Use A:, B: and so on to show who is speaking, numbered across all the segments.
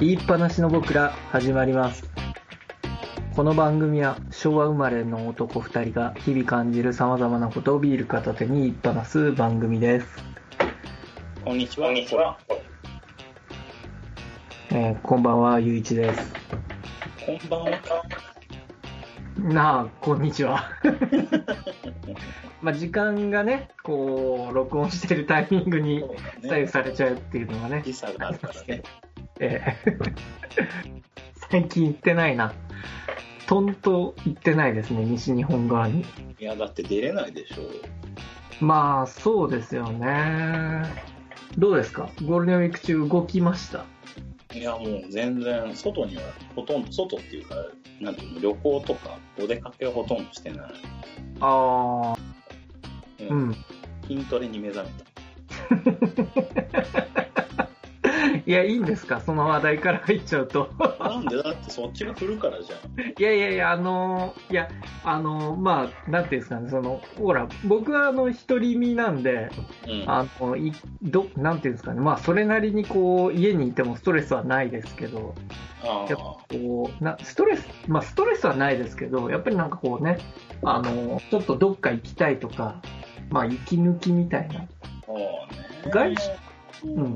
A: 言いっぱなしの僕ら始まりますこの番組は昭和生まれの男2人が日々感じるさまざまなことをビール片手に言いっぱなす番組です、
B: こんにちは。こんにちは。
A: えーこんばんはゆういちです
B: こんばんは。
A: なあこんにちは まあ時間がねこう録音してるタイミングに 左右されちゃうっていうのがね
B: 時差があるからね。
A: ええ 最近行ってないなとんと行ってないですね西日本側に
B: いや、だって出れないでしょ
A: まあそうですよねどうですかゴールデンウィーク中動きました
B: いや、もう全然、外には、ほとんど、外っていうか、なんていうの、旅行とか、お出かけはほとんどしてな
A: ああ
B: い。
A: う。ん
B: 筋トレに目覚めた。
A: いやいいんですかその話題から入っちゃうと
B: なんでだってそっちが振るからじゃん。
A: いやいやいやあのーいやあのーまあなんていうんですかねそのほら僕はあの独り身なんで
B: うん。
A: あのいどなんていうんですかねまあそれなりにこう家にいてもストレスはないですけど
B: あ
A: やっ
B: あ。
A: こうなストレス、まあ、ストレスはないですけど、やっぱりなんかこうね、あのちょっとどっか行きたいとか、まあ、息抜きみたいな、
B: そうね。
A: 外出うん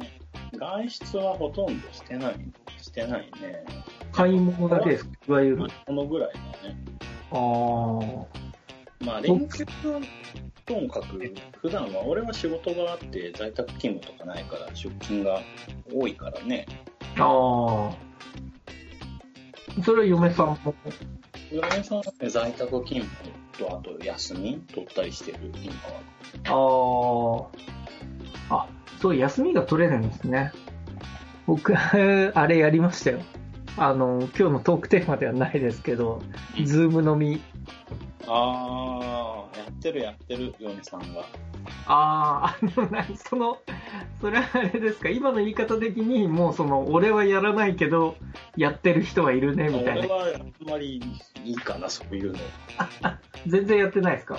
B: 外出はほとんどしてない。してないね。
A: 買い物だけです、いわゆる。
B: このぐらいだね。
A: あー
B: まあ、連休はともかく、普段は俺は仕事があって、在宅勤務とかないから、出勤が多いからね、
A: あー、それは嫁さんも、
B: 嫁さんはね在宅勤務と、あと休み取ったりしてる、今は。
A: あーあ、そう、休みが取れないんですね。僕、 あれやりましたよ。あの今日のトークテーマではないですけど、ズーム飲み。
B: あー、やってるやってる、嫁さんが。
A: ああ、でもなその、それはあれですか、今の言い方的に、もうその、俺はやらないけど、やってる人はいるね、みたい
B: 俺
A: な。
B: はあんまりいいかな、そういうの。
A: 全然やってないですか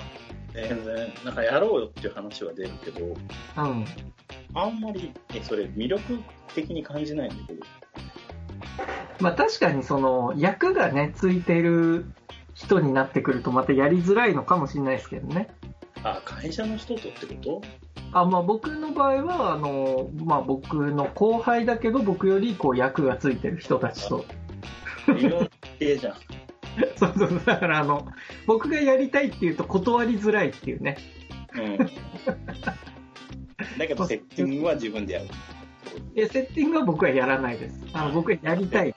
B: 全然、なんかやろうよっていう話は出るけど、
A: うん。
B: あんまり、えそれ魅力的に感じないんだけど、
A: まあ確かにその、役がね、ついてる人になってくると、またやりづらいのかもしれないですけどね。
B: あ、会社の人とってこと
A: あまあ、僕の場合は、あの、まあ僕の後輩だけど、僕よりこう役がついてる人たちと。
B: 微妙な系じゃん。
A: そうそうそう、だからあの、僕がやりたいっていうと断りづらいっていうね。
B: うんだけどセッティングは自分でやる。
A: え、セッティングは僕はやらないです。あの僕はやりたい。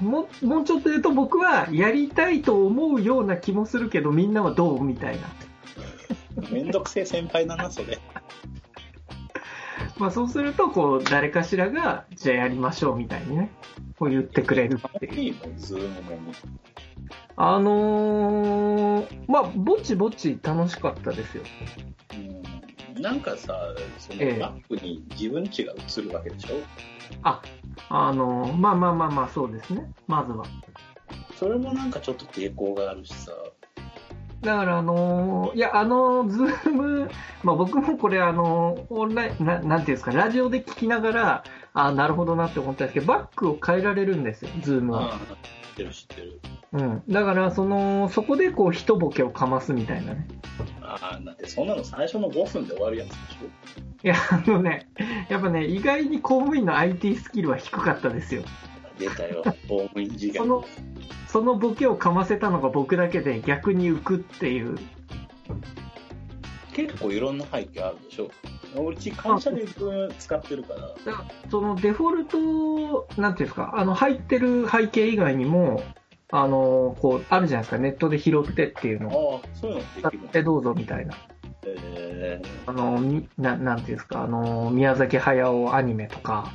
A: もうもうちょっと言うと僕はやりたいと思うような気もするけどみんなはどうみたいな、
B: めんどくせえ先輩だな、それ。
A: まあ、そうするとこう誰かしらがじゃあやりましょうみたいにねこう言ってくれるっていう
B: いいの、ズームも。
A: あのーまあぼちぼち楽しかったですよ
B: うんなんかさ、その
A: ええ
B: マップに自分ちが映るわけでしょ、
A: ああのーまあまあまあまあそうですねまずは
B: それもなんかちょっと抵抗があるしさ。
A: だから、あのーいや、あのー、ズーム、まあ、僕もこれ、あのーオンラインな、なんていうんですか、ラジオで聞きながら、あーなるほどなって思ったんですけど、バックを変えられるんですよ、ズームは。
B: ああ知ってる知ってる。
A: うん。だから、その、そこで、こう、一ボケをかますみたいなね。
B: ああ、だってそんなの最初の5分で終わるやつでし
A: いや、あのね、やっぱね、意外に公務員の IT スキルは低かったですよ。
B: ょ 出たよ、公務員事
A: そ
B: 件。
A: の、そのボケをかませたのが僕だけで、逆に浮くっていう。
B: 結構いろんな背景あるでしょうち会社でズーム使ってるから。
A: だからそのデフォルト、なんていうんですか、あの入ってる背景以外にも、あのこうあるじゃないですか、ネットで拾ってっていう
B: ああ
A: のを、、
B: そういうので
A: やっ
B: きるの
A: てどうぞみたいな、
B: え
A: あのみななんていうんですか、あの宮崎駿アニメとか、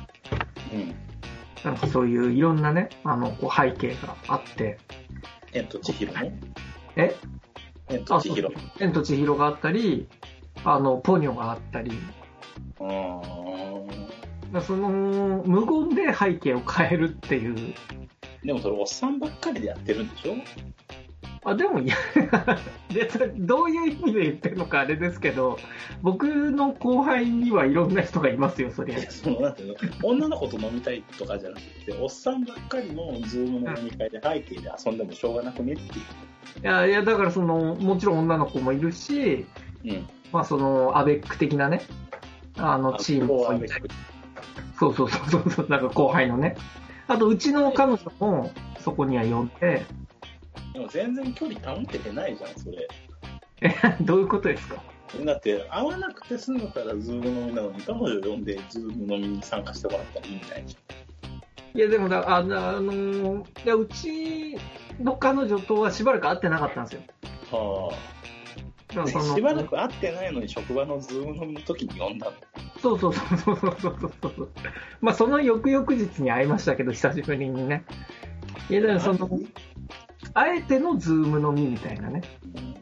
B: えうん。
A: なんかそういういろんなね、あのこう背景があって、
B: 千と千尋ね。
A: え
B: 千と
A: あ
B: 千
A: そう
B: 尋。
A: 千と千尋があったり、あのポニョがあったり、
B: うーん。
A: まあその無言で背景を変えるっていう。
B: でもそれおっさんばっかりでやってるんでしょ
A: あでもいや でどういう意味で言ってるのかあれですけど僕の後輩にはいろんな人がいますよそりゃ
B: いやそのなんていうの女の子と飲みたいとかじゃなくておっさんばっかりのズームの飲み会で背景で遊んでもしょうがなくねっていう
A: いやいやだからそのもちろん女の子もいるし、
B: うん
A: まあ、そのアベック的なねあのチーム
B: こうは
A: もいたりそうそうそうそうそうなんか後輩のねあとうちの彼女もそこには呼んで
B: でも全然距離保ててないじゃんそれ
A: どういうことですか
B: だって会わなくて済むからズーム飲みなのに彼女呼んでズーム飲みに参加してもらったらいいみたいない
A: やでもだああのーいやうちの彼女とはしばらく会ってなかったんですよ
B: は
A: だか
B: あ
A: らその
B: しばらく会ってないのに職場のズーム飲みの時に呼んだの
A: そうそうそうそうそうそうそう。まあ、その翌々日に会いましたけど、久しぶりにね。いや、だからその、あえてのズームのみみたいなね。
B: うん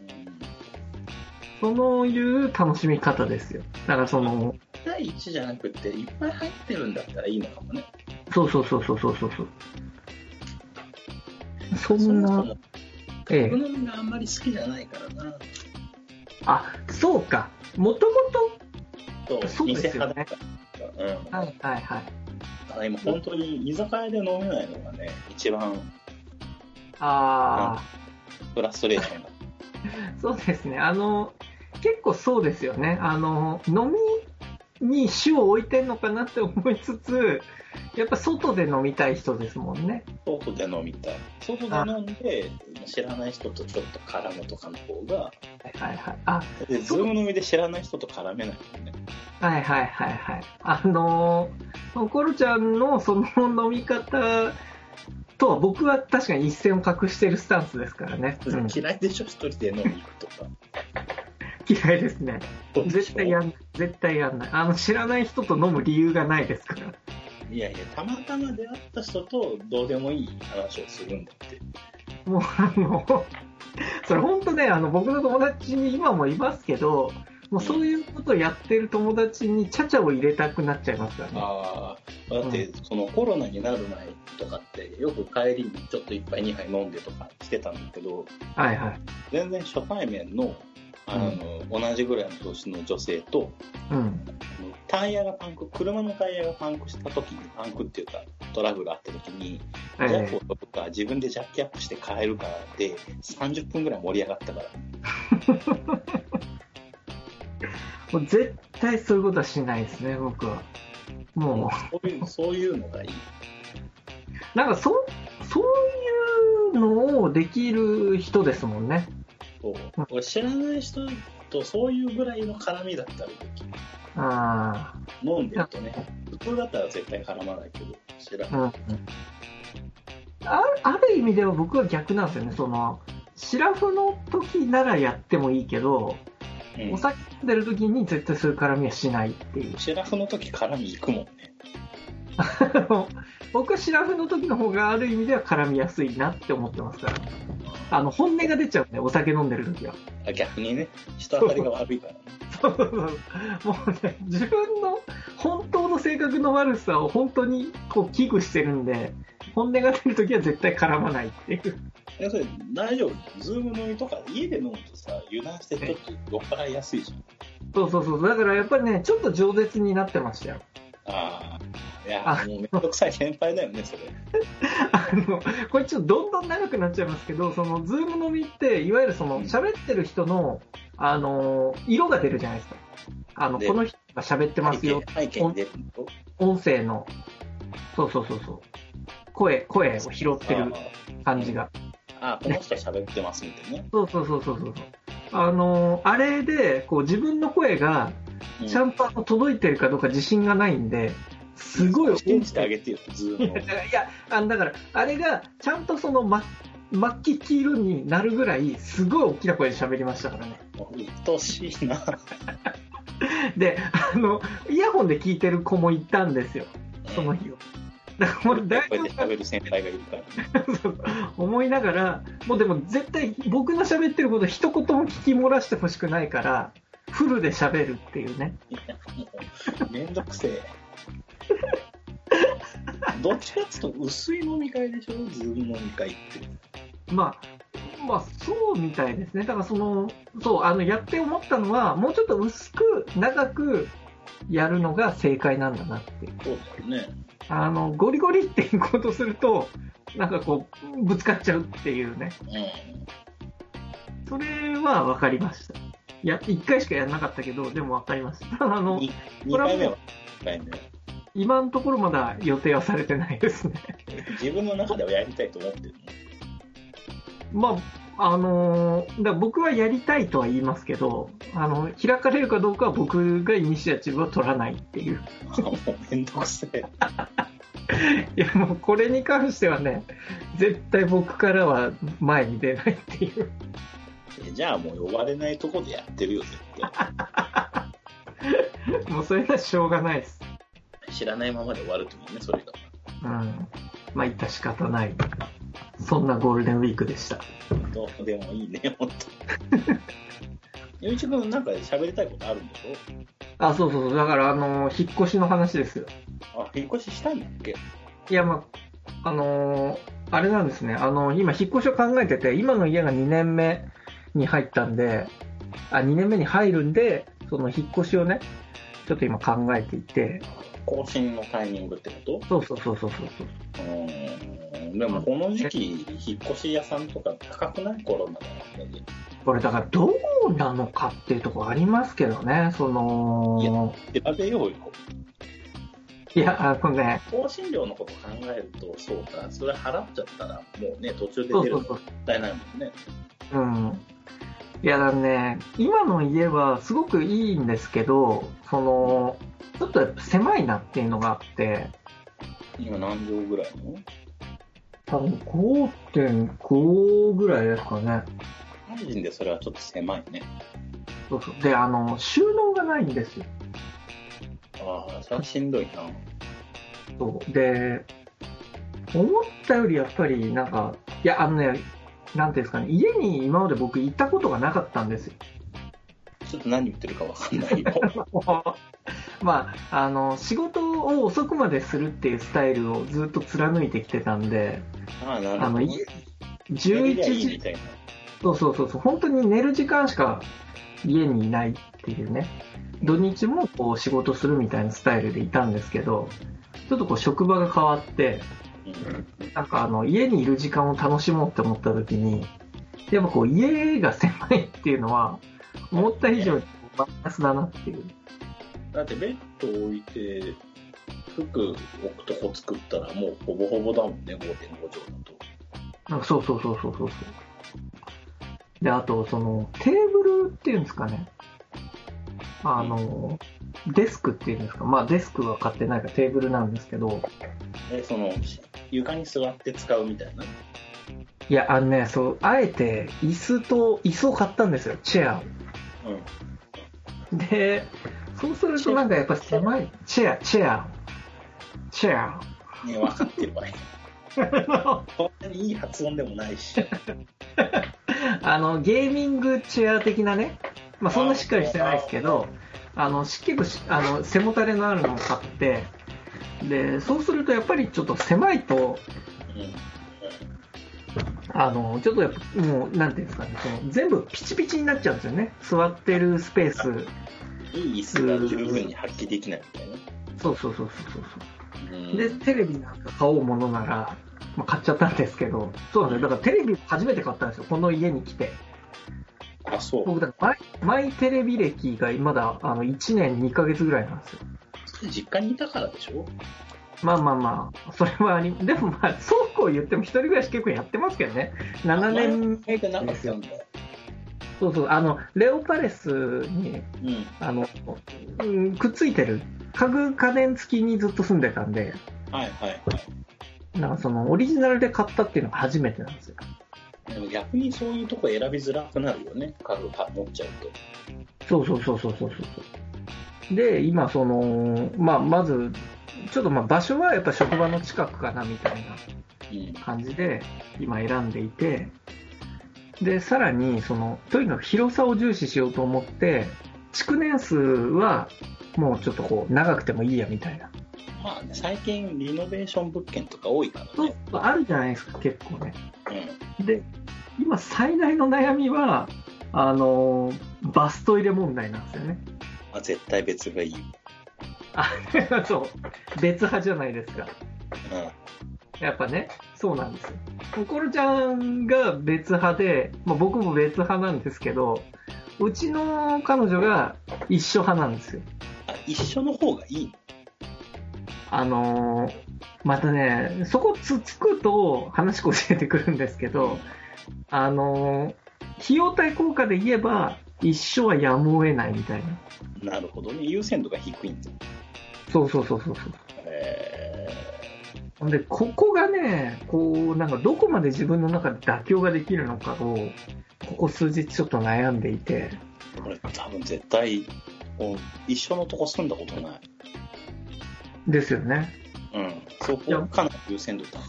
A: そのいう楽しみ方ですよ。だからその、
B: 第一じゃなくていっぱい入ってるんだったらいいのかもね
A: そうそうそうそうそうそうそう。そ
B: そ
A: ん
B: もそ
A: な、
B: も
A: ええ
B: 僕。のみがあんまり好きじゃないからな
A: あ、そうか。もとも
B: と
A: そうですよね
B: 店派だったうん
A: と、はいはいはい。
B: だから今本当に居酒屋で飲めないのがね一番
A: あ
B: フラストレーションだ
A: あ、そうですね。あの、結構そうですよね。あの、飲みに主を置いてんのかなって思いつつ、やっぱ外で飲みたい人ですもんね。
B: 外で飲みたい外で飲んで知らない人とちょっと絡むとかの方が
A: はいはい。あ、
B: でズーム飲みで知らない人と絡めないもんね
A: はいはいはいはい。あのー、コロちゃんのその飲み方とは僕は確かに一線を画してるスタンスですからね。うん、
B: 嫌いでしょ一人で飲みに行くとか
A: 嫌いですね。絶対や
B: い
A: んない。絶対やんない。あの、知らない人と飲む理由がないですから。
B: やいやたまたま出会った人とどうでもいい話をするんだって
A: もうあの、それ本当ね、あの、僕の友達に今もいますけど、もうそういうことをやってる友達にちゃちゃを入れたくなっちゃいますからね。
B: ああだってそのコロナになる前とかってよく帰りにちょっと一杯二杯飲んでとかしてたんだけど
A: はいはい。
B: 全然初対面のあの、同じぐらいの年の女性と
A: うん。
B: タイヤがパンク車のタイヤがパンクした時にパンクっていうかトラブルあった時にジャックを取るか自分でジャッキアップして変えるからで30分ぐらい盛り上がったから
A: もう絶対そういうことはしないですね、僕は。も
B: そういうそういうのがいい、
A: う、なんかそ、そういうのをできる人ですもんね。
B: そう俺知らない人とそういうぐらいの絡みだったらできる
A: あ
B: 飲んでるとね普通だったら絶対絡まないけど知ら
A: あ、う
B: ない
A: ん。あある意味では僕は逆なんですよね。その、シラフの時ならやってもいいけど、
B: うん
A: お酒飲んでる時に絶対そういう絡みはしないっていう。
B: シラフの時絡み行くもんね
A: あの僕はシラフの時の方がある意味では絡みやすいなって思ってますから。あの、本音が出ちゃうんで、お酒飲んでる時は。
B: あ逆にね人当たりが悪いからね
A: そうそうそうもうね、自分の本当の性格の悪さを本当にこう危惧してるんで、本音が出るときは絶対絡まないっていう。
B: えそれ大丈夫ズーム飲みとか家で飲むとさ油断してちょっと酔っ払いやすいじゃん
A: そうそうそう。だからやっぱりね、ちょっと饒舌になってましたよ。
B: ああいや
A: あ
B: もうめんどくさい先輩だよねそれ
A: あの、これちょっとどんどん長くなっちゃいますけど、その、ズーム飲みって、いわゆるその、喋ってる人の、あの、色が出るじゃないですか。あの、
B: で
A: この人が喋って ますよ。
B: 背景背景に出るのと
A: 音声の、そうそうそうそう。声、声を拾ってる感じが。
B: あーあーこの人喋ってますみたいなね
A: そうそうそうそうそう。あのーあれで、こう自分の声が
B: うん
A: ちゃんとあの届いてるかどうか自信がないんで、すごい
B: 信じてあげてよズームを
A: だからいや、あのだから、あれがちゃんとそのま、真っ黄色になるぐらい、すごい大きな声で喋りましたからね。
B: もう鬱陶しいな
A: で、あの、イヤホンで聞いてる子もいたんですよ、その日を。だからもう大
B: こ
A: 丈
B: うや
A: 夫かな
B: って喋る先輩がいるからね
A: そう思いながら、もうでも絶対僕の喋ってること一言も聞き漏らしてほしくないから、フルで喋るっていうね。
B: いやもうめんどくせえどっちかっつうと薄い飲み会でしょズーム飲み会って
A: まあ、まあ、そうみたいですね。だからその、そう、あの、やって思ったのは、もうちょっと薄く、長くやるのが正解なんだなっていう。
B: そうだよね。
A: あの、ゴリゴリっていこうとすると、なんかこう、ぶつかっちゃうっていうね。それは分かりました。いや、1回しかやらなかったけど、でも分かりました。 あ
B: うん。
A: の、
B: 2
A: これは
B: 回目
A: も
B: は
A: う、
B: 二回目は
A: 今のところまだ予定はされてないですね。
B: 自分の中ではやりたいと思ってる
A: まあ、あのーだから僕はやりたいとは言いますけど、あの、開かれるかどうかは僕がイニシアチブは取らないっていう。
B: の。もうめんどくせえ。
A: いや、もうこれに関してはね、絶対僕からは前に出ないっていう。
B: じゃあもう呼ばれないとこでやってるよ、絶対。
A: もうそれはしょうがないです。
B: 知らないままで終わると思うね、それが。
A: うん。まあ、致し方ない。そんなゴールデンウィークでした。
B: どうでもいいね、ほんと。ゆういちくん、なんか喋りたいことあるんでし
A: あ、そうそうそう。だから、あのー引っ越しの話ですよ。
B: ょあ、引っ越ししたんだっけ
A: いや、まあ、あのーあれなんですね。あのー今、引っ越しを考えてて、今の家が2年目に入ったんで、あ、2年目に入るんで、その引っ越しをね、ちょっと今考えていて、
B: 更新のタイミングってこ
A: そうそうそうそうそうそう。
B: とうーん。でもこの時期、引っ越し屋さんとか高くない頃なのね。
A: これだからどうなのかっていうところありますけどね、その、
B: 調べようよ。
A: いや、あのね、
B: 更新料のこと考えると、そうか、それ払っちゃったら、もうね、途中で
A: そう
B: 出る
A: そ
B: の
A: うそ
B: も
A: う。
B: ったいないもんね。
A: うん。いや、だからね、今の家はすごくいいんですけど、その、ちょっとやっぱ狭いなっていうのがあって、
B: 今何畳ぐらいの
A: 多分5.5ぐらいですかね。
B: マジでそれはちょっと狭いね。
A: そうそう。で、あの、収納がないんですよ。
B: ああ、それはしんどいな。
A: そうで、思ったよりやっぱりなんか、いや、あのね、なんていうんですかね、家に今まで僕行ったことがなかったんですよ。
B: ちょっと何言ってるかわかんないよ。
A: まあ、あの、仕事を遅くまでするっていうスタイルをずっと貫いてきてたんで、
B: ああ、なる
A: あ
B: ほど
A: の、
B: ね。
A: い
B: や
A: 11
B: りゃいい
A: 時
B: み、たいな。
A: そうそうそうそう、本当に寝る時間しか家にいないっていうね、土日もこう仕事するみたいなスタイルでいたんですけど、ちょっとこう職場が変わって、
B: うん
A: なんかあの家にいる時間を楽しもうって思った時に、やっぱこう家が狭いっていうのは、思った以上にマイナスだなっていう。
B: だってベッド置いて、服置くとこ作ったらもうほぼほぼだもんね、5.5畳だと。
A: なんかそうそうそうそうそうそう。で、あと、その、テーブルっていうんですかね。あの、デスクっていうんですか。まあ、デスクは買ってないからテーブルなんですけど、
B: え、その、床に座って使うみたいな。
A: いや、あのね、そう、あえて、椅子と、椅子を買ったんですよ、チェアを。
B: うん。
A: で、そうするとなんかやっぱ狭い、チェア、チェア、チェア。
B: ね、分かってるわよ。そんなにいい発音でもないし。
A: あの、ゲーミングチェア的なね、まあ、そんなしっかりしてないですけど、あの、し結構しあの、背もたれのあるのを買って、で、そうするとやっぱりちょっと狭いと、あの、ちょっとやっぱ、もう、なんていうんですかね、その全部ピチピチになっちゃうんですよね。座ってるスペース。
B: うん。いい椅子が十分に発揮できないみたいな。
A: そうそうそうそうそう
B: うん
A: そう。で、テレビなんか買おうものなら、まあ、買っちゃったんですけど、そうなんですよ。だからテレビ初めて買ったんですよ。この家に来て。
B: あ、そう。
A: 僕、だからマイ、マイテレビ歴がまだ、あの、1年2ヶ月ぐらいなんですよ。
B: 実家にいたからでしょ
A: まあまあまあ、それはあり、でもまあ、そうこう言っても一人暮らし結構やってますけどね。7年
B: 書
A: 目
B: いてなか
A: で
B: っ
A: す
B: た
A: よ
B: ん。だ。
A: そうそう、あの、レオパレスに、
B: うん。
A: あの、うんくっついてる家具家電付きにずっと住んでたんで、
B: はいはいはい。
A: なんかそのオリジナルで買ったっていうのが初めてなんですよ。
B: でも逆にそういうとこ選びづらくなるよね。家具持っちゃうと。
A: そうそうそうそうそうそう。で、今その、まあ、まず、ちょっとまあ場所はやっぱ職場の近くかなみたいな
B: うん。
A: 感じで今選んでいてでさらにそのとにかく広さを重視しようと思って築年数はもうちょっとこう長くてもいいやみたいな
B: まあね、最近リノベーション物件とか多いから
A: そう
B: ね。
A: あるじゃないですか結構ね
B: う
A: で今最大の悩みは、あの、バスト入れ問題なんですよね。
B: あ絶対別がいい。
A: あ、そう。別派じゃないですか。
B: う
A: やっぱね、そうなんですよ。コロちゃんが別派で、まあ、僕も別派なんですけど、うちの彼女が一緒派なんですよ。
B: ん。あ、一緒の方がいい。
A: あのーまたね、そこつつくと話教えてくるんですけど、あのー費用対効果で言えば、一緒はやむを得ないみたいな。
B: なるほどね。優先度が低いんだ。
A: そうそうそうそうそう。
B: え
A: ほんで、ここがね、こう、なんかどこまで自分の中で妥協ができるのかを、ここ数日ちょっと悩んでいて、
B: ー、これ多分絶対、もう一緒のとこ住んだことない。
A: ですよね。
B: うん。そ
A: いや
B: こかなり優先度高い。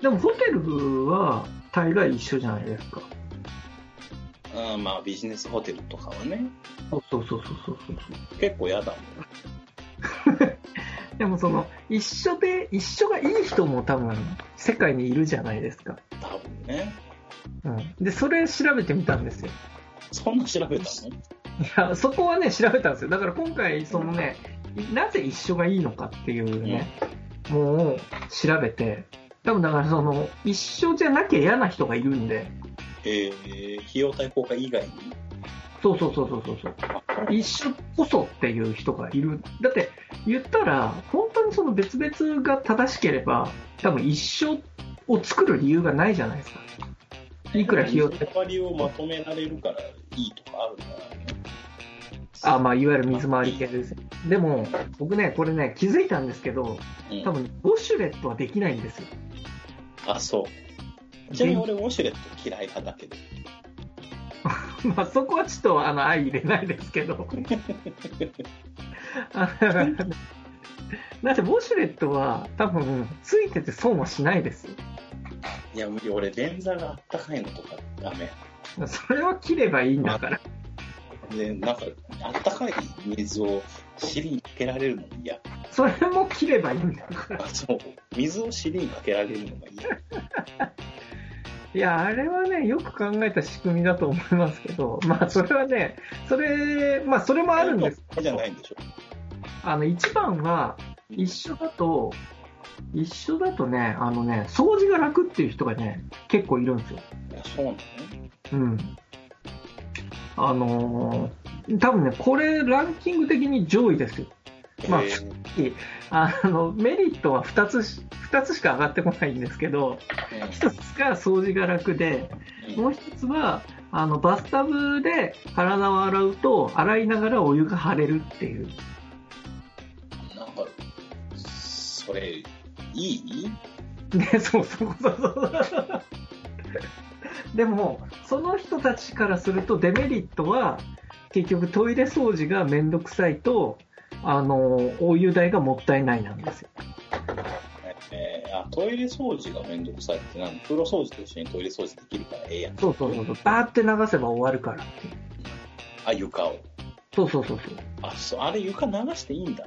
A: でもホテルは大概一緒じゃないですか。
B: うん、まあビジネスホテルとかはね、
A: そうそうそうそうそうそう。
B: 結構嫌だもん。
A: でもその、一緒で、一緒がいい人も多分、世界にいるじゃないですか。
B: 多分ね。
A: うん。で、それ調べてみたんですよ。
B: そんな調べた の
A: いや、そこはね、調べたんですよ。だから今回、そのね、なぜ一緒がいいのかっていうね、もう調べて、多分だからその、一緒じゃなきゃ嫌な人がいるんで、
B: えー、費用対効果以外に。
A: そうそうそうそうそうそう。一緒こそっていう人がいる。だって言ったら、本当にその別々が正しければ、多分一緒を作る理由がないじゃないですか。いくら費用
B: 水回りをまとめられるからいいとかあるんだ
A: あ、まあ、いわゆる水回り系です。でも、僕ね、これね、気づいたんですけど、
B: うん、
A: 多分、ウォシュレットはできないんですよ。
B: あ、そう。ちなみに俺、ウォシュレット嫌い派だけど。
A: まあ、そこはちょっと、あの、相入れないですけど。 あだって、ウォシュレットは、多分、ついてて損はしないですよ。
B: いや、無理。俺、便座があったかいのとかダメ。
A: それは切ればいいんだから。
B: で、なんか、あったかい水を尻にかけられるのも嫌。
A: それも切ればいいんだから。
B: あ、そう。水を尻にかけられるのが嫌。
A: いや、あれはね、よく考えた仕組みだと思いますけど、まあ、それはね、それ、まあ、それもあるんです。
B: じゃないんでしょ。
A: あの、一番は、一緒だと、一緒だとね、あのね、掃除が楽っていう人がね、結構いるんですよ。
B: あそうなの
A: うん。あのー多分ね、これランキング的に上位ですよ。まあ
B: えー
A: あの、メリットは2つし、二つしか上がってこないんですけど、1つが掃除が楽で、
B: うん
A: もう一つは、あの、バスタブで体を洗うと、洗いながらお湯が張れるっていう。
B: なんか、それ、いい
A: ね、そうそうそうそう。 でも、その人たちからするとデメリットは、結局トイレ掃除がめんどくさいと、あの、お湯代がもったいないなんですよ。
B: えーあトイレ掃除がめんどくさいってなん風呂掃除と一緒にトイレ掃除できるからええやん。
A: そうそうそうそう。バーって流せば終わるからっていう。
B: あ、床を。
A: そうそうそうそう。
B: あ、そう、あれ床流していいんだ。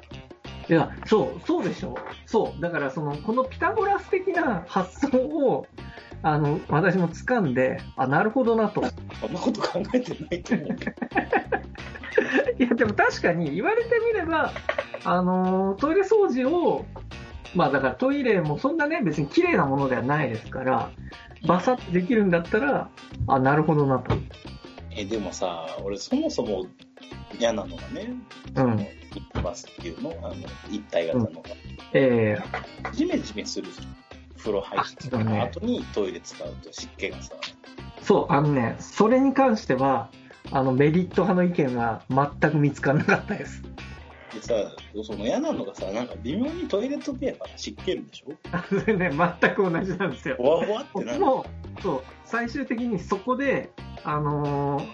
A: いや、そう、そうでしょ。そう。だから、その、このピタゴラス的な発想を、あの、私も掴んで、あ、なるほどなと。
B: そんなこと考えてないと 思うけど。
A: いや、でも確かに言われてみれば、あのートイレ掃除を、まあだからトイレもそんなね、別に綺麗なものではないですから、バサッとできるんだったら、あ、なるほどなと。
B: え、でもさ、俺そもそも嫌なのがね、
A: うん。
B: バスっていうの、あの、一体型の
A: え
B: が、ジメジメするじゃん。風呂入ってた後にトイレ使うと湿気がさ、
A: ーそう、あのね、それに関しては、あの、メリット派の意見が全く見つからなかったです。
B: でさ、その嫌なのがさ、なんか微妙にトイレットペーパーが湿気るんでしょ
A: あそれね、全く同じなんですよ。
B: ほわほわって
A: 僕
B: なる。
A: も、そう、最終的にそこで、あのー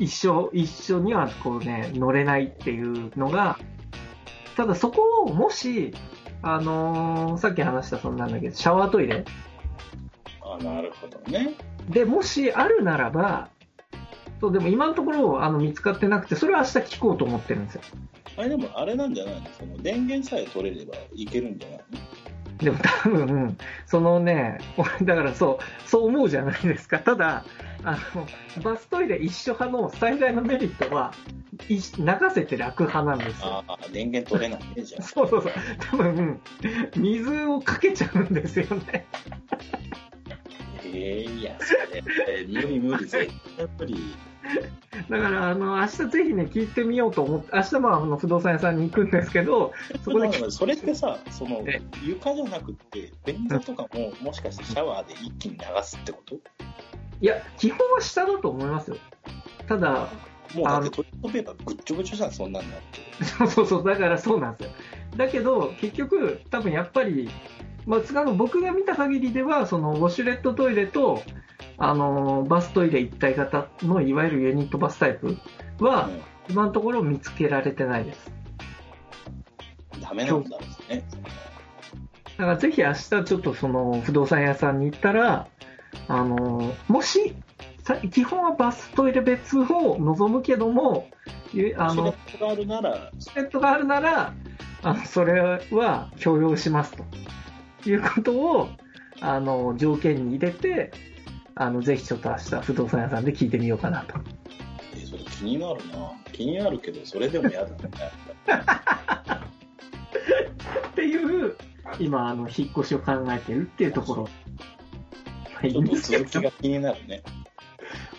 A: 一生、一緒にはこうね、乗れないっていうのが、ただそこをもし、あのーさっき話したそんなんだけど、シャワートイレ
B: あ、なるほどね。
A: でもしあるならば、そう、でも今のところ、あの、見つかってなくて、それは明日聞こうと思ってるんですよ。
B: あれでもあれなんじゃないのその電源さえ取れればいけるんじゃないの
A: でも多分、そのね、 俺だからそう、そう思うじゃないですか。ただ、あの、バストイレ一緒派の最大のメリットは、い流せて楽派なんですよ。
B: ああ、電源取れないね、じゃあ。
A: そうそうそう。多分、水をかけちゃうんですよね。
B: ええいや、それ、えー無理無理、絶対無理。
A: だから、あの、明日ぜひね、聞いてみようと思って、明日もあの不動産屋さんに行くんですけど、そこで聞
B: でもそれってさ、その
A: え、
B: 床じゃなくて、便座とかも、もしかしてシャワーで一気に流すってこと
A: いや、基本は下だと思いますよ。ただ、
B: もうだってトイレットペーパーぐっちょぐちょじゃん、そんなんなって。
A: そうそうそう、だからそうなんですよ。だけど、結局、多分やっぱり、まあ、つかの僕が見た限りでは、そのウォシュレットトイレと、あのーバストイレ一体型のいわゆるユニットバスタイプは、
B: う
A: 今のところ見つけられてないです。
B: ん、ダメなんだろうね。
A: だからぜひ明日ちょっとその不動産屋さんに行ったら、あのーもし、さ基本はバストイレ別を望むけども、ゆあ
B: あの、
A: の、
B: それがあるなら、
A: チケットがあるなら、あのそれは許容しますということをあの条件に入れて、あのぜひちょっと明日不動産屋さんで聞いてみようかなと。
B: えーそれ気になるな。気になるけど、それでも嫌だね。
A: っていう、今、あの引っ越しを考えてるっていうところ。はい
B: ちょっと続きが気になるね。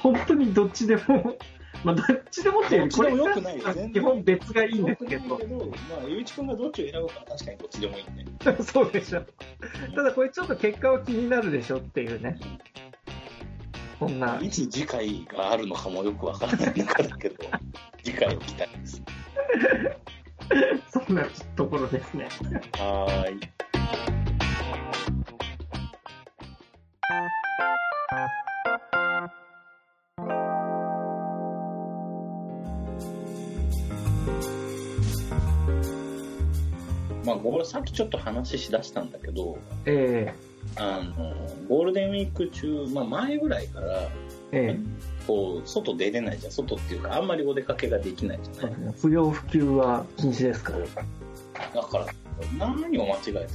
A: 本当にどっちでも、まあ、どっちでもっていうより、これ
B: どっちでも良くないよ全然
A: 基本別がいいんですけ
B: ど
A: ど、
B: けど、まあ、ゆういちくんがどっちを選ぶかは確かにどっちでもいいね。
A: そうでしょ。ただこれちょっと結果は気になるでしょっていうね、こんな。
B: いつ次回があるのかもよくわからない中だけど、次回を期待です。
A: そんなところですね。
B: はーい。まあ、ごめんさっきちょっと話しだしたんだけど、
A: え
B: あの、ゴールデンウィーク中、まあ前ぐらいから、
A: ええ
B: こう、外出れないじゃん。外っていうか、あんまりお出かけができないじゃ
A: え
B: ない。
A: 不要不急は禁止ですから。
B: だから、何を間違えたのか、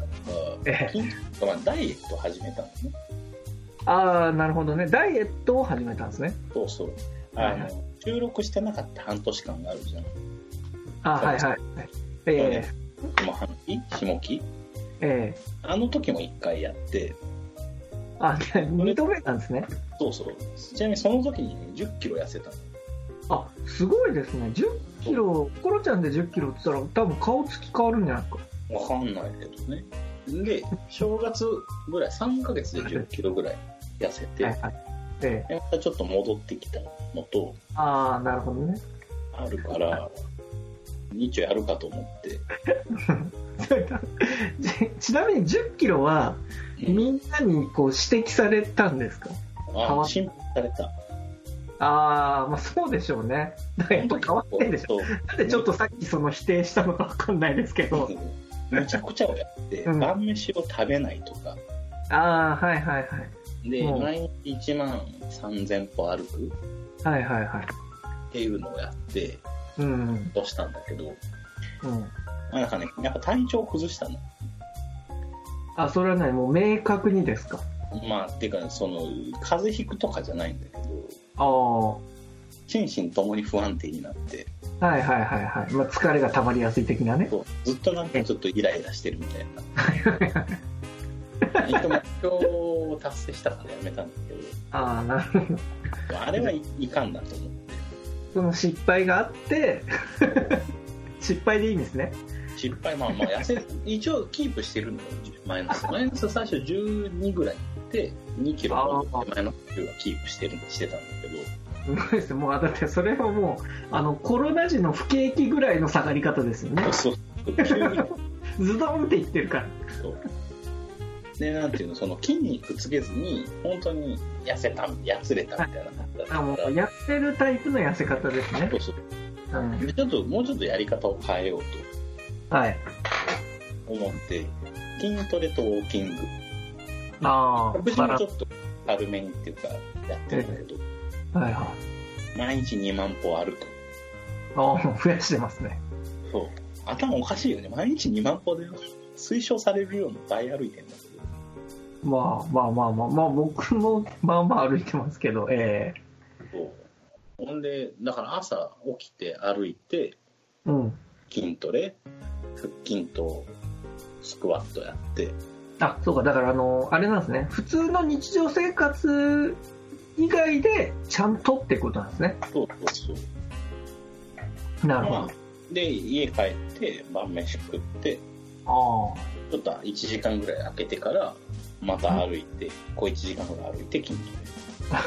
A: ええ
B: 筋トレまあダイエットを始めたのね。
A: ああ、なるほどね。ダイエットを始めたんですね。
B: そうそう。
A: は
B: あ
A: いはい
B: の、収録してなかった半年間があるじゃん。
A: あーはいはい。え
B: 下半期下期
A: えええ
B: あの時も一回やって、
A: あ、認めたんですね。
B: そうそう。ちなみにその時に10キロ痩せたの。
A: あ、すごいですね。10キロ、コロちゃんで10キロって言ったら多分顔つき変わるんじゃないですか。
B: わかんないけどね。で、正月ぐらい、3ヶ月で10キロぐらい痩せて、
A: はいはい。ええ
B: でまたちょっと戻ってきたのと、
A: ああ、なるほどね。
B: あるから、日曜やるかと思って。
A: ち ちなみに10キロはみんなにこう指摘されたんですか
B: あ心配された。
A: ああ、まあそうでしょうね。だからやっぱ変わってんでしょ。
B: そう
A: なんでちょっとさっきその否定したのかわかんないですけど。
B: むちゃくちゃをやって、
A: うん
B: 晩飯を食べないとか、
A: ああ、はいはいはい。
B: で、
A: うん
B: 毎日1万3000歩歩く
A: はいはいはい。
B: っていうのをやって、
A: うん。
B: どうしたんだけど、
A: うん。
B: なんかね、やっぱ体調崩したの。
A: あ、それはね、もう明確にですか。
B: まあ、っていうか、ね、その、風邪ひくとかじゃないんだけど、
A: ああ。は
B: 心身ともに不安定になって、
A: いはいはいはい。まあ、疲れが溜まりやすい的なね。
B: そうずっとなんかちょっとイライラしてるみたいな。一応目標を達成したからやめたんだけ
A: ああ、なるほど。
B: ど、あれはい、いかんなと思って。
A: その失敗があって、 失敗でいいんですね。
B: 失敗、まあまあ、痩せ、一応キープしてるんだよ、マイナス。マイナス最初12ぐらいで、2キロ戻ってマイナス9はキープしてる、してたんだけど、
A: すごいですね。もう、あだってそれはもう、あの、コロナ時の不景気ぐらいの下がり方ですよね。
B: そう、急に
A: ズドンっていってるから。
B: そう。で、なんていうの、その筋肉つけずに、本当に痩せた、やつれたみたいな感じだった
A: あも
B: から
A: う、、痩せるタイプの痩せ方ですね
B: そ。うそう
A: うん。
B: でちょっと、もうちょっとやり方を変えようと
A: はい。
B: 思って、筋トレとウォーキング。
A: ああ、
B: 食事もちょっと軽めにっていうか、やってるんだけど、
A: はいはい。
B: 毎日2万歩歩く。
A: ああ、増やしてますね。
B: そう。頭おかしいよね。毎日2万歩だよ。推奨されるようなタイヤ歩いてんだけど、
A: まあまあまあまあ、まあ僕もまあまあ歩いてますけど、え
B: そうほんで、だから朝起きて歩いて、
A: えうん。
B: 筋トレ、腹筋とスクワットやって、
A: あ、そうか、だからあの、あれなんですね。普通の日常生活以外でちゃんとってことなんですね。
B: そうそうそう。
A: なるほ
B: で、家帰って晩飯食って、
A: ど。あ
B: ちょっと1時間ぐらい空けてから、また歩いて、こう1時間ぐらい歩いて筋ト
A: あ。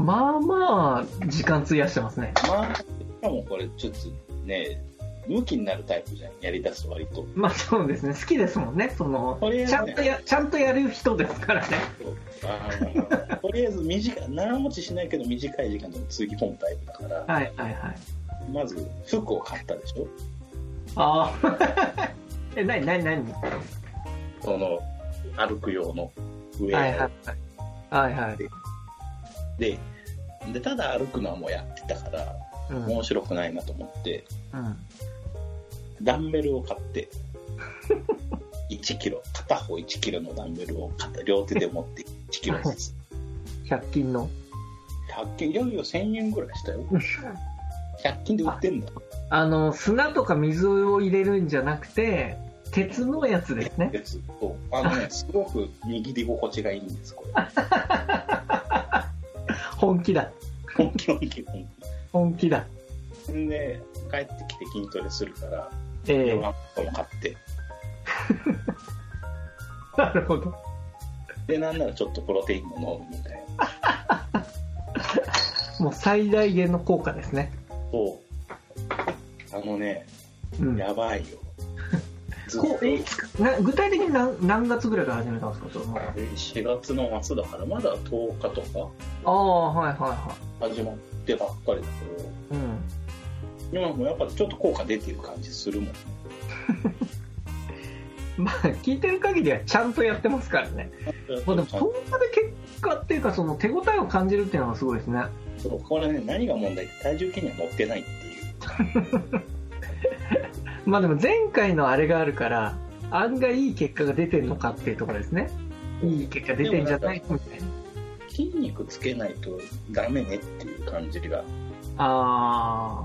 A: まあまあ、時間費やしてますね。
B: レ。まあ、しかもこれちょっとね、向きになるタイプじゃん、やりだすと割と。
A: まあそうですね。好きですもんね。その、
B: とりあえ
A: ちゃ
B: ず
A: ん
B: ね
A: とや、ちゃんとやる人ですからね。
B: あのとりあえず短い、長持ちしないけど短い時間でも次本タイプだから、
A: はいはいはい。
B: まず服を買ったでしょ
A: ああ。 え、なになになに
B: その、歩く用のウェアを
A: はいはい。はいはい。
B: でで、ただ歩くのはもうやってたから、
A: うん。
B: 面白くないなと思って、
A: うん
B: ダンベルを買って、1キロ、片方1キロのダンベルを片両手で持って1キロずつ。
A: 100均の。
B: 100均、いよいよ1000円ぐらいしたよ。100均で売ってんだ。
A: あの、砂とか水を入れるんじゃなくて、鉄のやつですね。
B: やつとあのね、すごく握り心地がいいんです、これ。
A: 本気だ。
B: 本気本気本
A: 本気だ。
B: 気。んで、帰ってきて筋トレするから、
A: ええ
B: ヨガマットも買って、
A: なるほど。
B: で、なんならちょっとプロテインも飲むみたいな。
A: もう最大限の効果ですね。
B: そう。あのね、
A: うん。
B: やばいよ。ずっ
A: ことうえいつかな具体的に何何月ぐらいから始めたんですかその
B: 4月の末だから、まだ10日とか
A: ああ、はいはいは
B: 始まってばっかりだけど、
A: い。うん。
B: 今もやっぱちょっと効果出てる感じするもんね。
A: まあ、聞いてる限りはちゃんとやってますからね。まあでも、そんなで結果っていうか、その手応えを感じるっていうのがすごいですね。
B: そうこれね、何が問題って体重計には乗ってないっていう。
A: まあでも前回のあれがあるから、案外いい結果が出てるのかっていうところですね。いい結果出てんじゃないみたいな。
B: 筋肉つけないとダメねっていう感じが、
A: ああ。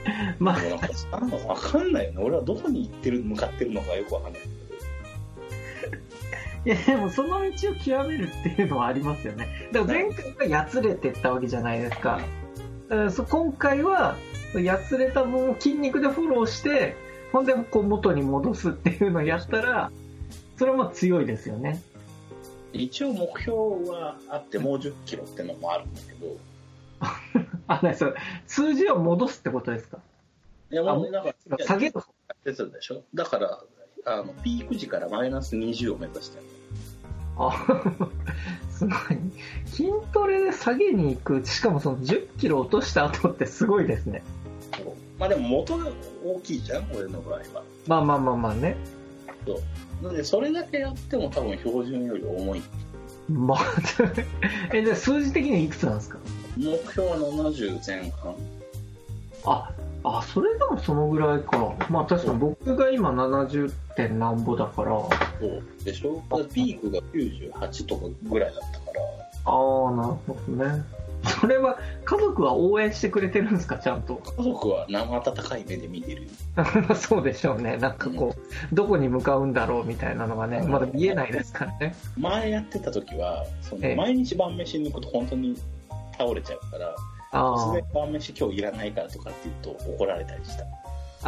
A: まあ
B: もうなんか、あのわかんないよね。俺はどこに行ってる、向かってるのかよくわかんない。
A: いやでもその道を極めるっていうのはありますよね。だから前回はやつれてったわけじゃないですか。だからそ今回は、やつれた分を筋肉でフォローして、ほんでこう元に戻すっていうのをやったら、それも強いですよね。
B: 一応目標はあって、もう10キロってのもあるんだけど、
A: あ、なにそれ。数字を戻すってことですか
B: いや、もうなんか、
A: 下げる
B: 出てるでしょだから、あの、ピーク時からマイナス20を目指してる。
A: あ すごい。筋トレで下げに行く。しかもその10キロ落とした後ってすごいですね。
B: そうまあでも元が大きいじゃん、俺の場合は。
A: まあまあまあまあね。
B: そう。なので、それだけやっても多分標準より重い。
A: まあ、 え、じゃあ数字的にはいくつなんですか
B: 目標は70前半。
A: あ、あ、それでもそのぐらいか。まあ確かに僕が今70点なんぼだから、
B: そうでしょだからピークが98とかぐらいだったから、
A: ああ、なるほどね。それは、家族は応援してくれてるんですか、ちゃんと。
B: 家族は生温かい目で見てるよ。
A: そうでしょうね。なんかこう、どこに向かうんだろうみたいなのがね、まだ見えないですからね。
B: 前やってた時は、そ
A: え
B: の
A: え
B: 毎日晩飯抜くと本当に倒れちゃうから、
A: あ
B: す
A: あ
B: でに晩飯今日いらないからとかって言うと怒られた りした。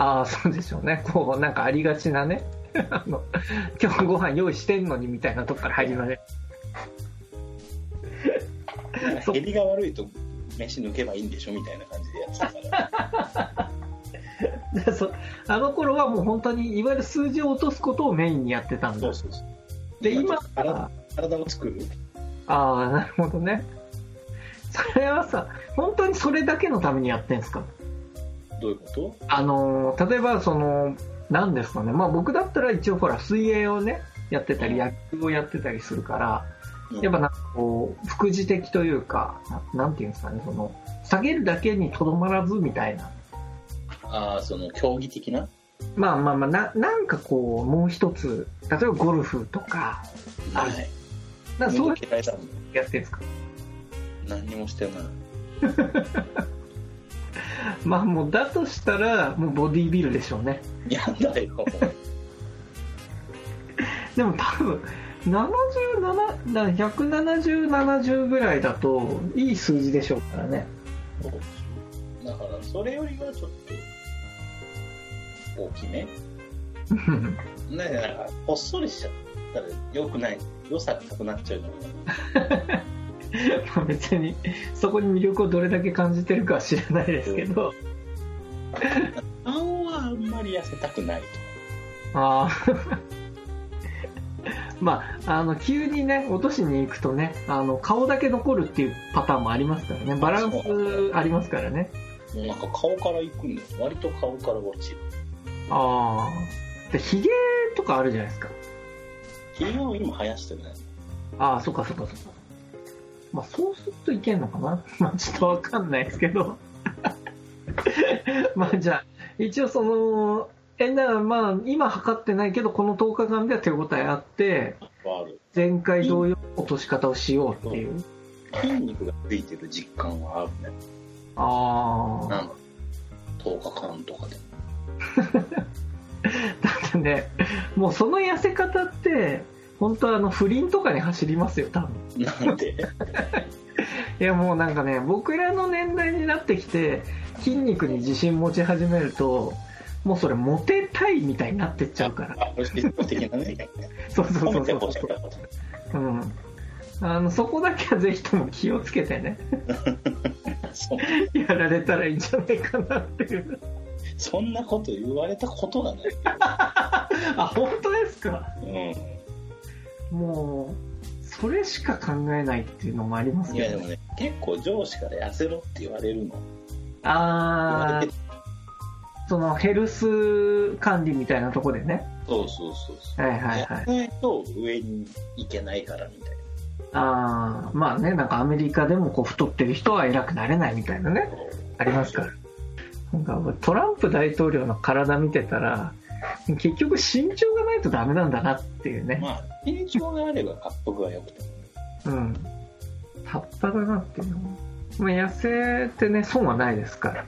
A: ああ、そうでしょうね。こう、なんかありがちなね。 あの、今日ご飯用意してんのにみたいなとこから始まる。そう
B: 減りが悪いと飯抜けばいいんでしょみたいな感じでやってた から。
A: でそあの頃はもう本当に、いわゆる数字を落とすことをメインにやってたんだ。
B: そうそう。
A: で、今
B: 体
A: は、
B: 体を作る。
A: ああ、なるほどね。それはさ、本当にそれだけのためにやってんですか
B: どういうこと
A: あのー、例えばその、なんですかね。まあ僕だったら一応ほら、水泳をね、やってたり、野球をやってたりするから、やっぱなんかこう、副次的というか、ななんていうんですかね、その、下げるだけにとどまらずみたいな。
B: ああ、その競技的な
A: まあまあまあな、なんかこう、もう一つ、例えばゴルフとか、あ
B: い。
A: なんかそういう
B: 嫌いだもん。
A: のやってるんですか
B: 何にもしてない。
A: まあもう、だとしたら、もうボディービルでしょうね。
B: やだよ。
A: でも多分、77だ170、70ぐらいだと、いい数字でしょうからね。
B: だから、それよりはちょっと、大きめ。なんかなんか、ほっそりしちゃったら良くない。良さがなくなっちゃうじゃない
A: まあ別に、そこに魅力をどれだけ感じてるかは知らないですけど、
B: 顔はあんまり痩せたくないと。
A: あー まあ、あの急にね、落としに行くとね、あの顔だけ残るっていうパターンもありますからね、バランスありますからね。
B: もうなんか顔から行くんだよ。割と顔から落ちる。
A: ああ。で、ヒゲとかあるじゃないですか。
B: ヒゲを今生やしてない。
A: ああ、そっかそっかそっか。まあ、そうするといけんのかな まあ、ちょっとわかんないですけど。 まあ、じゃあ、一応その、え、ならまあ、今測ってないけど、この10日間では手応えあって、
B: はある。
A: 前回同様の落とし方をしようっていう。
B: 筋肉がついてる実感はあるね。
A: ああ。
B: なんか、10日間とかで。
A: だってね、もうその痩せ方って、本当はあの不倫とかに走りますよ、多分。
B: なんで
A: いやもうなんかね、僕らの年代になってきて、筋肉に自信持ち始めると、もうそれモテたいみたいになってっちゃう から。
B: あ、シスト的なね。
A: そうそうそ
B: 褒め
A: う
B: て
A: そ。
B: ほしいう
A: うん。あの、そこだけはぜひとも気をつけてね、
B: そ
A: やられたらいいんじゃないかなっていう。
B: そんなこと言われたことがない。
A: あ、本当ですか
B: う
A: もう、それしか考えないっていうのもあります
B: ん。い
A: け
B: やで
A: ど、
B: も
A: ね。
B: ね、結構上司から痩せろって言われるの。言わ
A: あ
B: れ
A: ー
B: て、
A: そのヘルス管理みたいなとこでね。
B: そうそうそうそう。
A: はいはいはい
B: や。らないと上に行けないからみたいな。
A: ああ、まあね、なんかアメリカでもこう太ってる人は偉くなれないみたいなね、ありますから。なんか僕トランプ大統領の体見てたら、結局身長がないとダメなんだなっていうね。
B: まあ、身長があれば滑幅は良くても。
A: うん。たっただなっていうのも。まあ、痩せてね、損はないですから。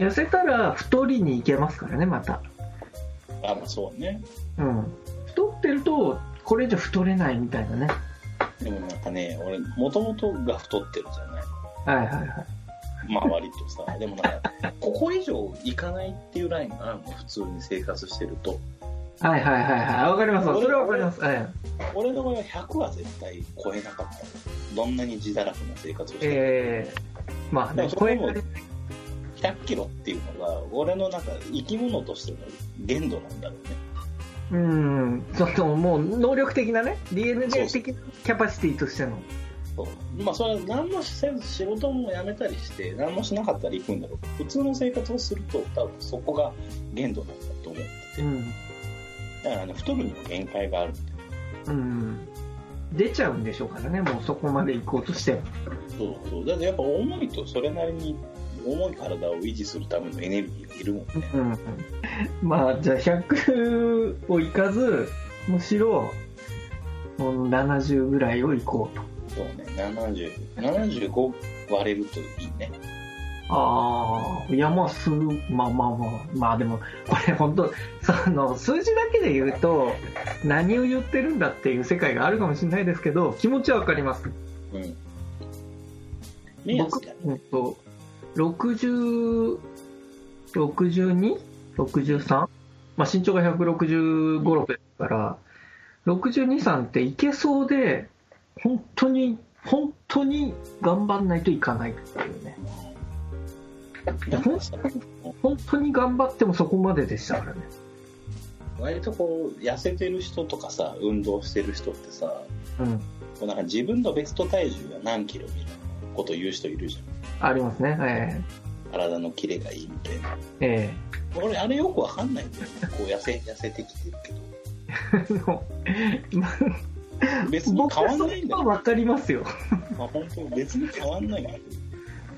B: うん。
A: 痩せたら太りに行けますからね、また。
B: あ、まあそうね。
A: うん。太ってると、これ以上太れないみたいなね。
B: でもなんかね、俺、もともとが太ってるじゃない。
A: はいはいはい。
B: まあ割と さ。でもなんか、ここ以上行かないっていうラインがあるの、普通に生活してると。
A: はいはいはいはい。わかります。それはわかります。はい
B: 俺の場合は100は絶対超えなかった。どんなに自堕落な生活をしてる、
A: えー、まあね、
B: そ
A: 声
B: れも
A: がね
B: 100キロっていうのが、俺の中、生き物としての限度なんだろうね。
A: うん、そのもう能力的なね、
B: そう
A: DNA
B: そう
A: 的なキャパシティとしての。
B: そうまあそれは何もせず仕事も辞めたりして何もしなかったら行くんだろう普通の生活をすると多分そこが限度なんだと思う
A: うん、
B: だからね太るにも限界がある
A: うん。出ちゃうんでしょうからね、もうそこまで行こうとしても。
B: そうそうだってやっぱ重いとそれなりに重い体を維持するためのエネルギーがいるもんね
A: うん。まあ、じゃあ100を行かず、むしろ、この70ぐらいを行こうと。
B: そうね7075割れるといいね
A: ああ、いやまあす、まあまあまあ、まあでも、これ本当その、数字だけで言うと、何を言ってるんだっていう世界があるかもしれないですけど、気持ちはわかります。
B: うん目安
A: 僕
B: がね、
A: うんと、60、62?63? まあ身長が165、6ですから、62、3っていけそうで、本当に、本当に頑張んないといかないっていうね。
B: だからさ
A: 本当に頑張ってもそこまででしたからね。
B: 割とこう痩せてる人とかさ運動してる人ってさ
A: うん。
B: もうなんか自分のベスト体重が何キロみたいなこと言う人いるじ
A: ありますね。
B: ゃん。体のキレがいいみたいな。
A: えええ
B: 俺、あれよくわかんないんだよね。こう、痩せ、痩せてきてるけど。
A: え でもまあ
B: 別に
A: 僕
B: 変
A: は
B: わん
A: そ
B: ない
A: れ
B: んだ
A: は
B: よ。
A: わかりますよ。
B: まあ、本当別に変わんないんだよ。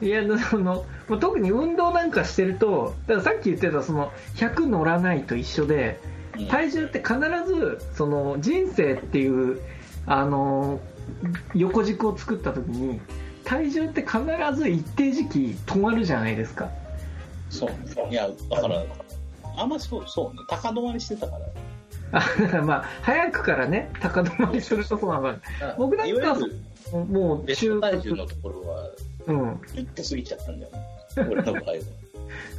A: いや、その、もう特に運動なんかしてると、だからさっき言ってた、その、100乗らないと一緒で、
B: うん
A: 体重って必ず、その、人生っていう、あの、横軸を作った時に、体重って必ず一定時期止まるじゃないですか。
B: そういやだからあんまそうそうね高止まりしてたから
A: あだからまあ、早くからね、高止まりするとそうなの僕なんかはい
B: わゆる
A: もう
B: ベス
A: 中
B: ト体重
A: 学、
B: のところは
A: うん。
B: ピュッて過ぎちゃったんだよね俺の場合は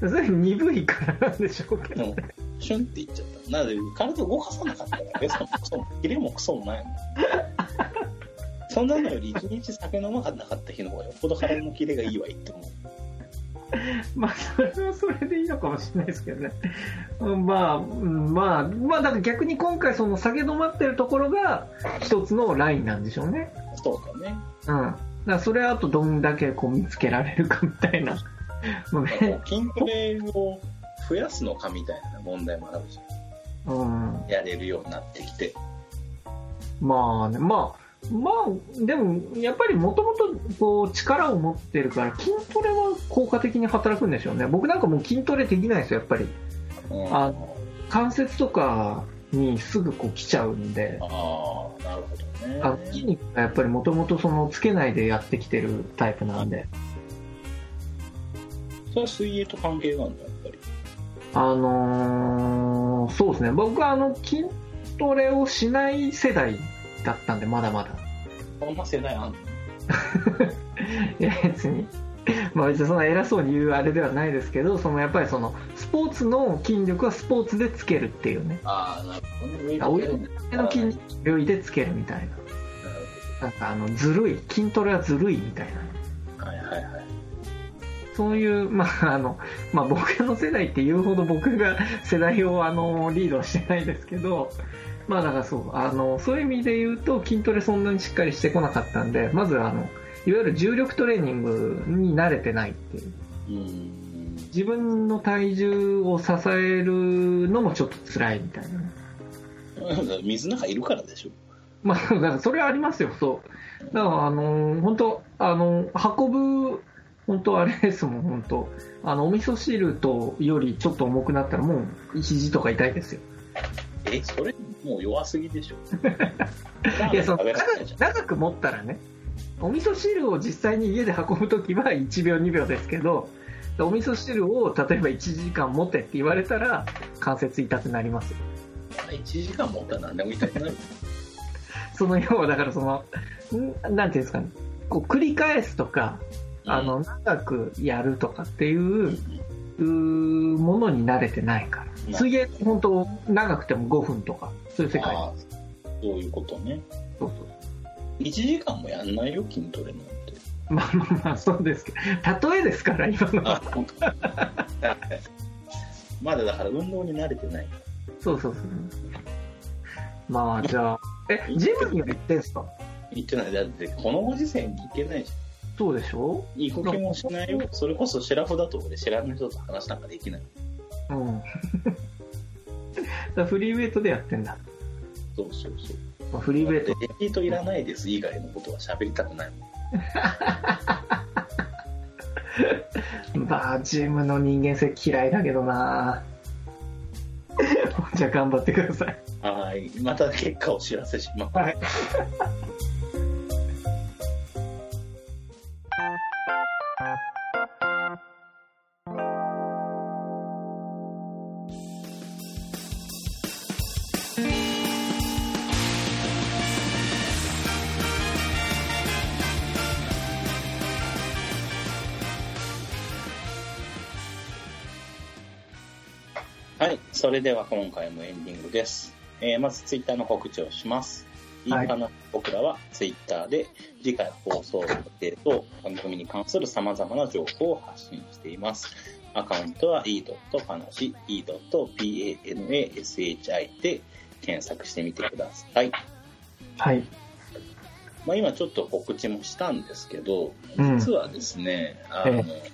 A: それ鈍いからなんでしょうけど。
B: うんシュンっていっちゃったなので体を動かさなかった からベストもクソもキレもクソもないのそんなのより一日酒飲まなかった日の方がよっぽど体のキレがいいわいって思う
A: まあ、それはそれでいいのかもしれないですけどね。うんまあ、うんまあ、まあ、だから逆に今回、その酒止まってるところが一つのラインなんでしょうね。
B: そうかね
A: うん。だからそれはあとどんだけこう見つけられるかみたいな。 もうね、
B: 筋トレを増やすのかみたいな問題もあるし
A: うん。
B: やれるようになってきて
A: まあね、まあ、まあ、でも、やっぱりもともとこう力を持ってるから筋トレは効果的に働くんでしょうね。僕なんかもう筋トレできないですよ、やっぱり。
B: うん
A: あ関節とかにすぐこう来ちゃうんで。
B: ああ、なるほどね。
A: あ筋肉がやっぱりもともとそのつけないでやってきてるタイプなんで、
B: それは水泳と関係があるんだ、やっぱり。
A: あのーそうですね、僕はあの筋トレをしない世代だったんで、まだ まだ。
B: こんな世代あんの
A: いや、別に。まあ別にそんな偉そうに言うあれではないですけど、そのやっぱりそのスポーツの筋力はスポーツでつけるっていうね、
B: ああ、なるほどね。
A: あ泳
B: ぎ
A: 手の筋肉領域でつけるみたいな。なんかあの、ずるい、筋トレはずるいみたいな。
B: はいはいはい。
A: そういう、まああのまあ、僕の世代って言うほど僕が世代をあのリードしてないですけど、まあ、だからそうあのそういう意味で言うと筋トレそんなにしっかりしてこなかったんでまずあのいわゆる重力トレーニングに慣れてないっていう
B: うーん。
A: 自分の体重を支えるのもちょっと辛いみたいな。
B: 水の中いるからでしょ。
A: まあ、だからそれはありますよ、そう。だから、あのー本当、あのー運ぶ、本当あれですもん、本当。あの、お味噌汁とよりちょっと重くなったら、もう、肘とか痛いですよ。
B: え、それもう弱すぎでしょ。
A: いや、その、
B: 食べら
A: 長
B: れな
A: く
B: いじゃん。
A: 長く持ったらね、お味噌汁を実際に家で運ぶときは1秒、2秒ですけど、お味噌汁を例えば1時間持てって言われたら、関節痛くなりますよ。
B: 1時間もったら何でも痛くなる。
A: その要は、だからその、んなんていうんですかね、こう繰り返すとか、あの、長くやるとかっていううーものに慣れてないか
B: うん、
A: ら。水泳、本当長くても5分とか、そういう世界。
B: ああそういうことね。
A: そうそう。
B: 1時間もやんないよ、筋トレなんて。
A: まあまあまあ、そうですけど、例えですから、今のは。
B: あ、本当 まだだから運動に慣れてない。
A: そうそうそう。まあ、じゃあ、え、ジムには行ってんすか
B: 言ってない。だって、このご時世に行けないじゃん。
A: そうでしょ
B: 行く気もしないよ。それこそシラフだと俺、知らない人と話なんかできない。
A: うん。だからフリーウェイトでやってんだ。
B: そうそうそう。
A: まあフリーウェイ
B: で
A: ト。、
B: リピートいらないです以外のことは喋りたくないもん。
A: まあ、ジムの人間性嫌いだけど なじゃあ頑張ってください。
B: はい。また結果をお知らせします。
A: はい
B: はい。それでは今回もエンディングです。えーまずツイッターの告知をしま
A: は
B: す。
A: い
B: いいかな僕らはツイッターで次回放送予定と番組に関する様々な情報を発信しています。アカウントは e. かなし e.panashi で検索してみてください。
A: はい。
B: まあ、今ちょっと告知もしたんですけど、
A: うん
B: 実はですね、あの
A: え、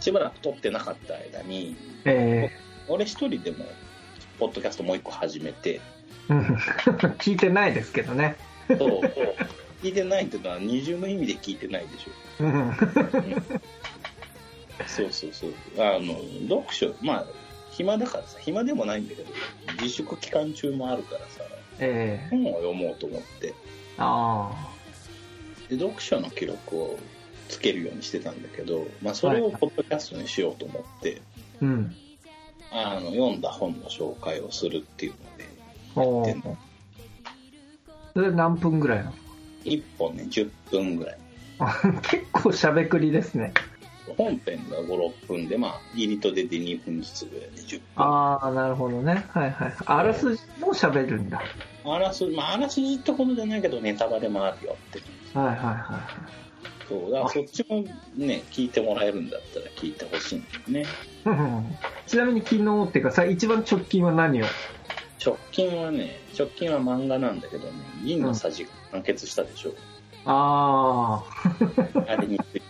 B: しばらく撮ってなかった間に、
A: え
B: 俺一人でも、ポッド キャストもう一個始めて、
A: ー、うん聞いてないですけどね。
B: と、聞いてないとか、二重の意味で聞いてないでしょ。
A: うん。
B: そうそうそう。あの、読書、まあ、暇だからさ、暇でもないんだけど、自粛期間中もあるからさ、
A: ええ
B: 本を読もうと思って、
A: ああ。
B: で、読書の記録をつけるようにしてたんだけど、まあ、それをポッドキャストにしようと思って、
A: うん。
B: あの、読んだ本の紹介をするっていうので、
A: お
B: やってん
A: ーそれ何分ぐらいなの
B: 1本ね、10分ぐらい。
A: 結構しゃべくりですね。
B: 本編が5、6分で、まあ、入りと出て2分ずつぐらいで10分。
A: ああ、なるほどね。はいはい。あらすじもしゃべるんだ。
B: あらす、まあ、あらすじってことじゃないけど、ネタバレもあるよって。
A: はいはいはい。
B: そう、だからそっちもね、聞いてもらえるんだったら聞いてほしいんだよね。
A: うんちなみに昨日っていうかさ、一番直近は何を
B: 直近はね、直近は漫画なんだけどね、銀のさじが完結したでしょ。
A: ああ、
B: あれについて。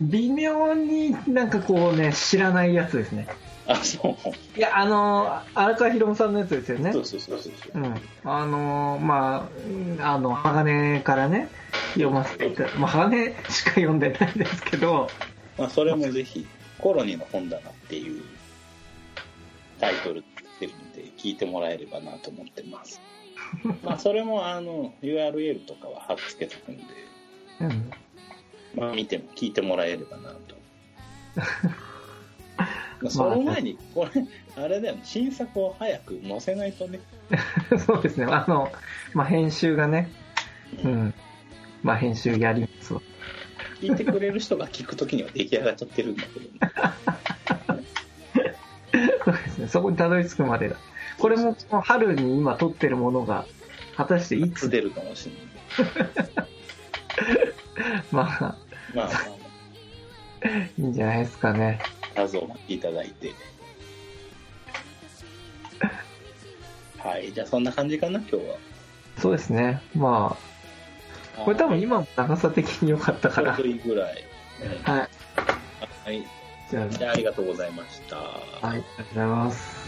A: 微妙になんかこうね、知らないやつですね。
B: あ、そう。
A: いや、あのー、荒川博さんのやつですよね
B: そ。うそうそうそう。
A: うん。あのー、まあうん、あの、鋼からね、読ませていただまあ、鋼しか読んでないですけど、
B: まあ、それもぜひ、コロニーの本棚っていうタイトルってるんで、聞いてもらえればなと思ってます。まあ、それも、あの、URL とかは貼っつけとくんで、
A: うん。
B: まあ、見ても聞いてもらえればなと。まあその前に、これ、あれだよね、新作を早く載せないとね、
A: そうですね。あの、まあ、編集がね、うん。まあ、編集やりますわ
B: 聞いてくれる人が聞くときには出来上がっちゃってるんだけどね。
A: そうですね。そこにたどり着くまでだ。これも、この春に今撮ってるものが、果たしてい
B: いつ
A: つ、
B: 出るかもしれない。
A: まあ、
B: まあ、ま
A: いいんじゃないですかね。
B: あ、画像を待っていただいて。 はい、じゃあそんな感じかな、今日は。
A: そうですね。まあ、これ多分今の長さ的に良かった
B: ち
A: か
B: ょ
A: ら
B: うど。いいぐらい。
A: はい。
B: はい、
A: じゃ
B: じゃあありがとうございました。
A: あ、はい。ありがとうございます。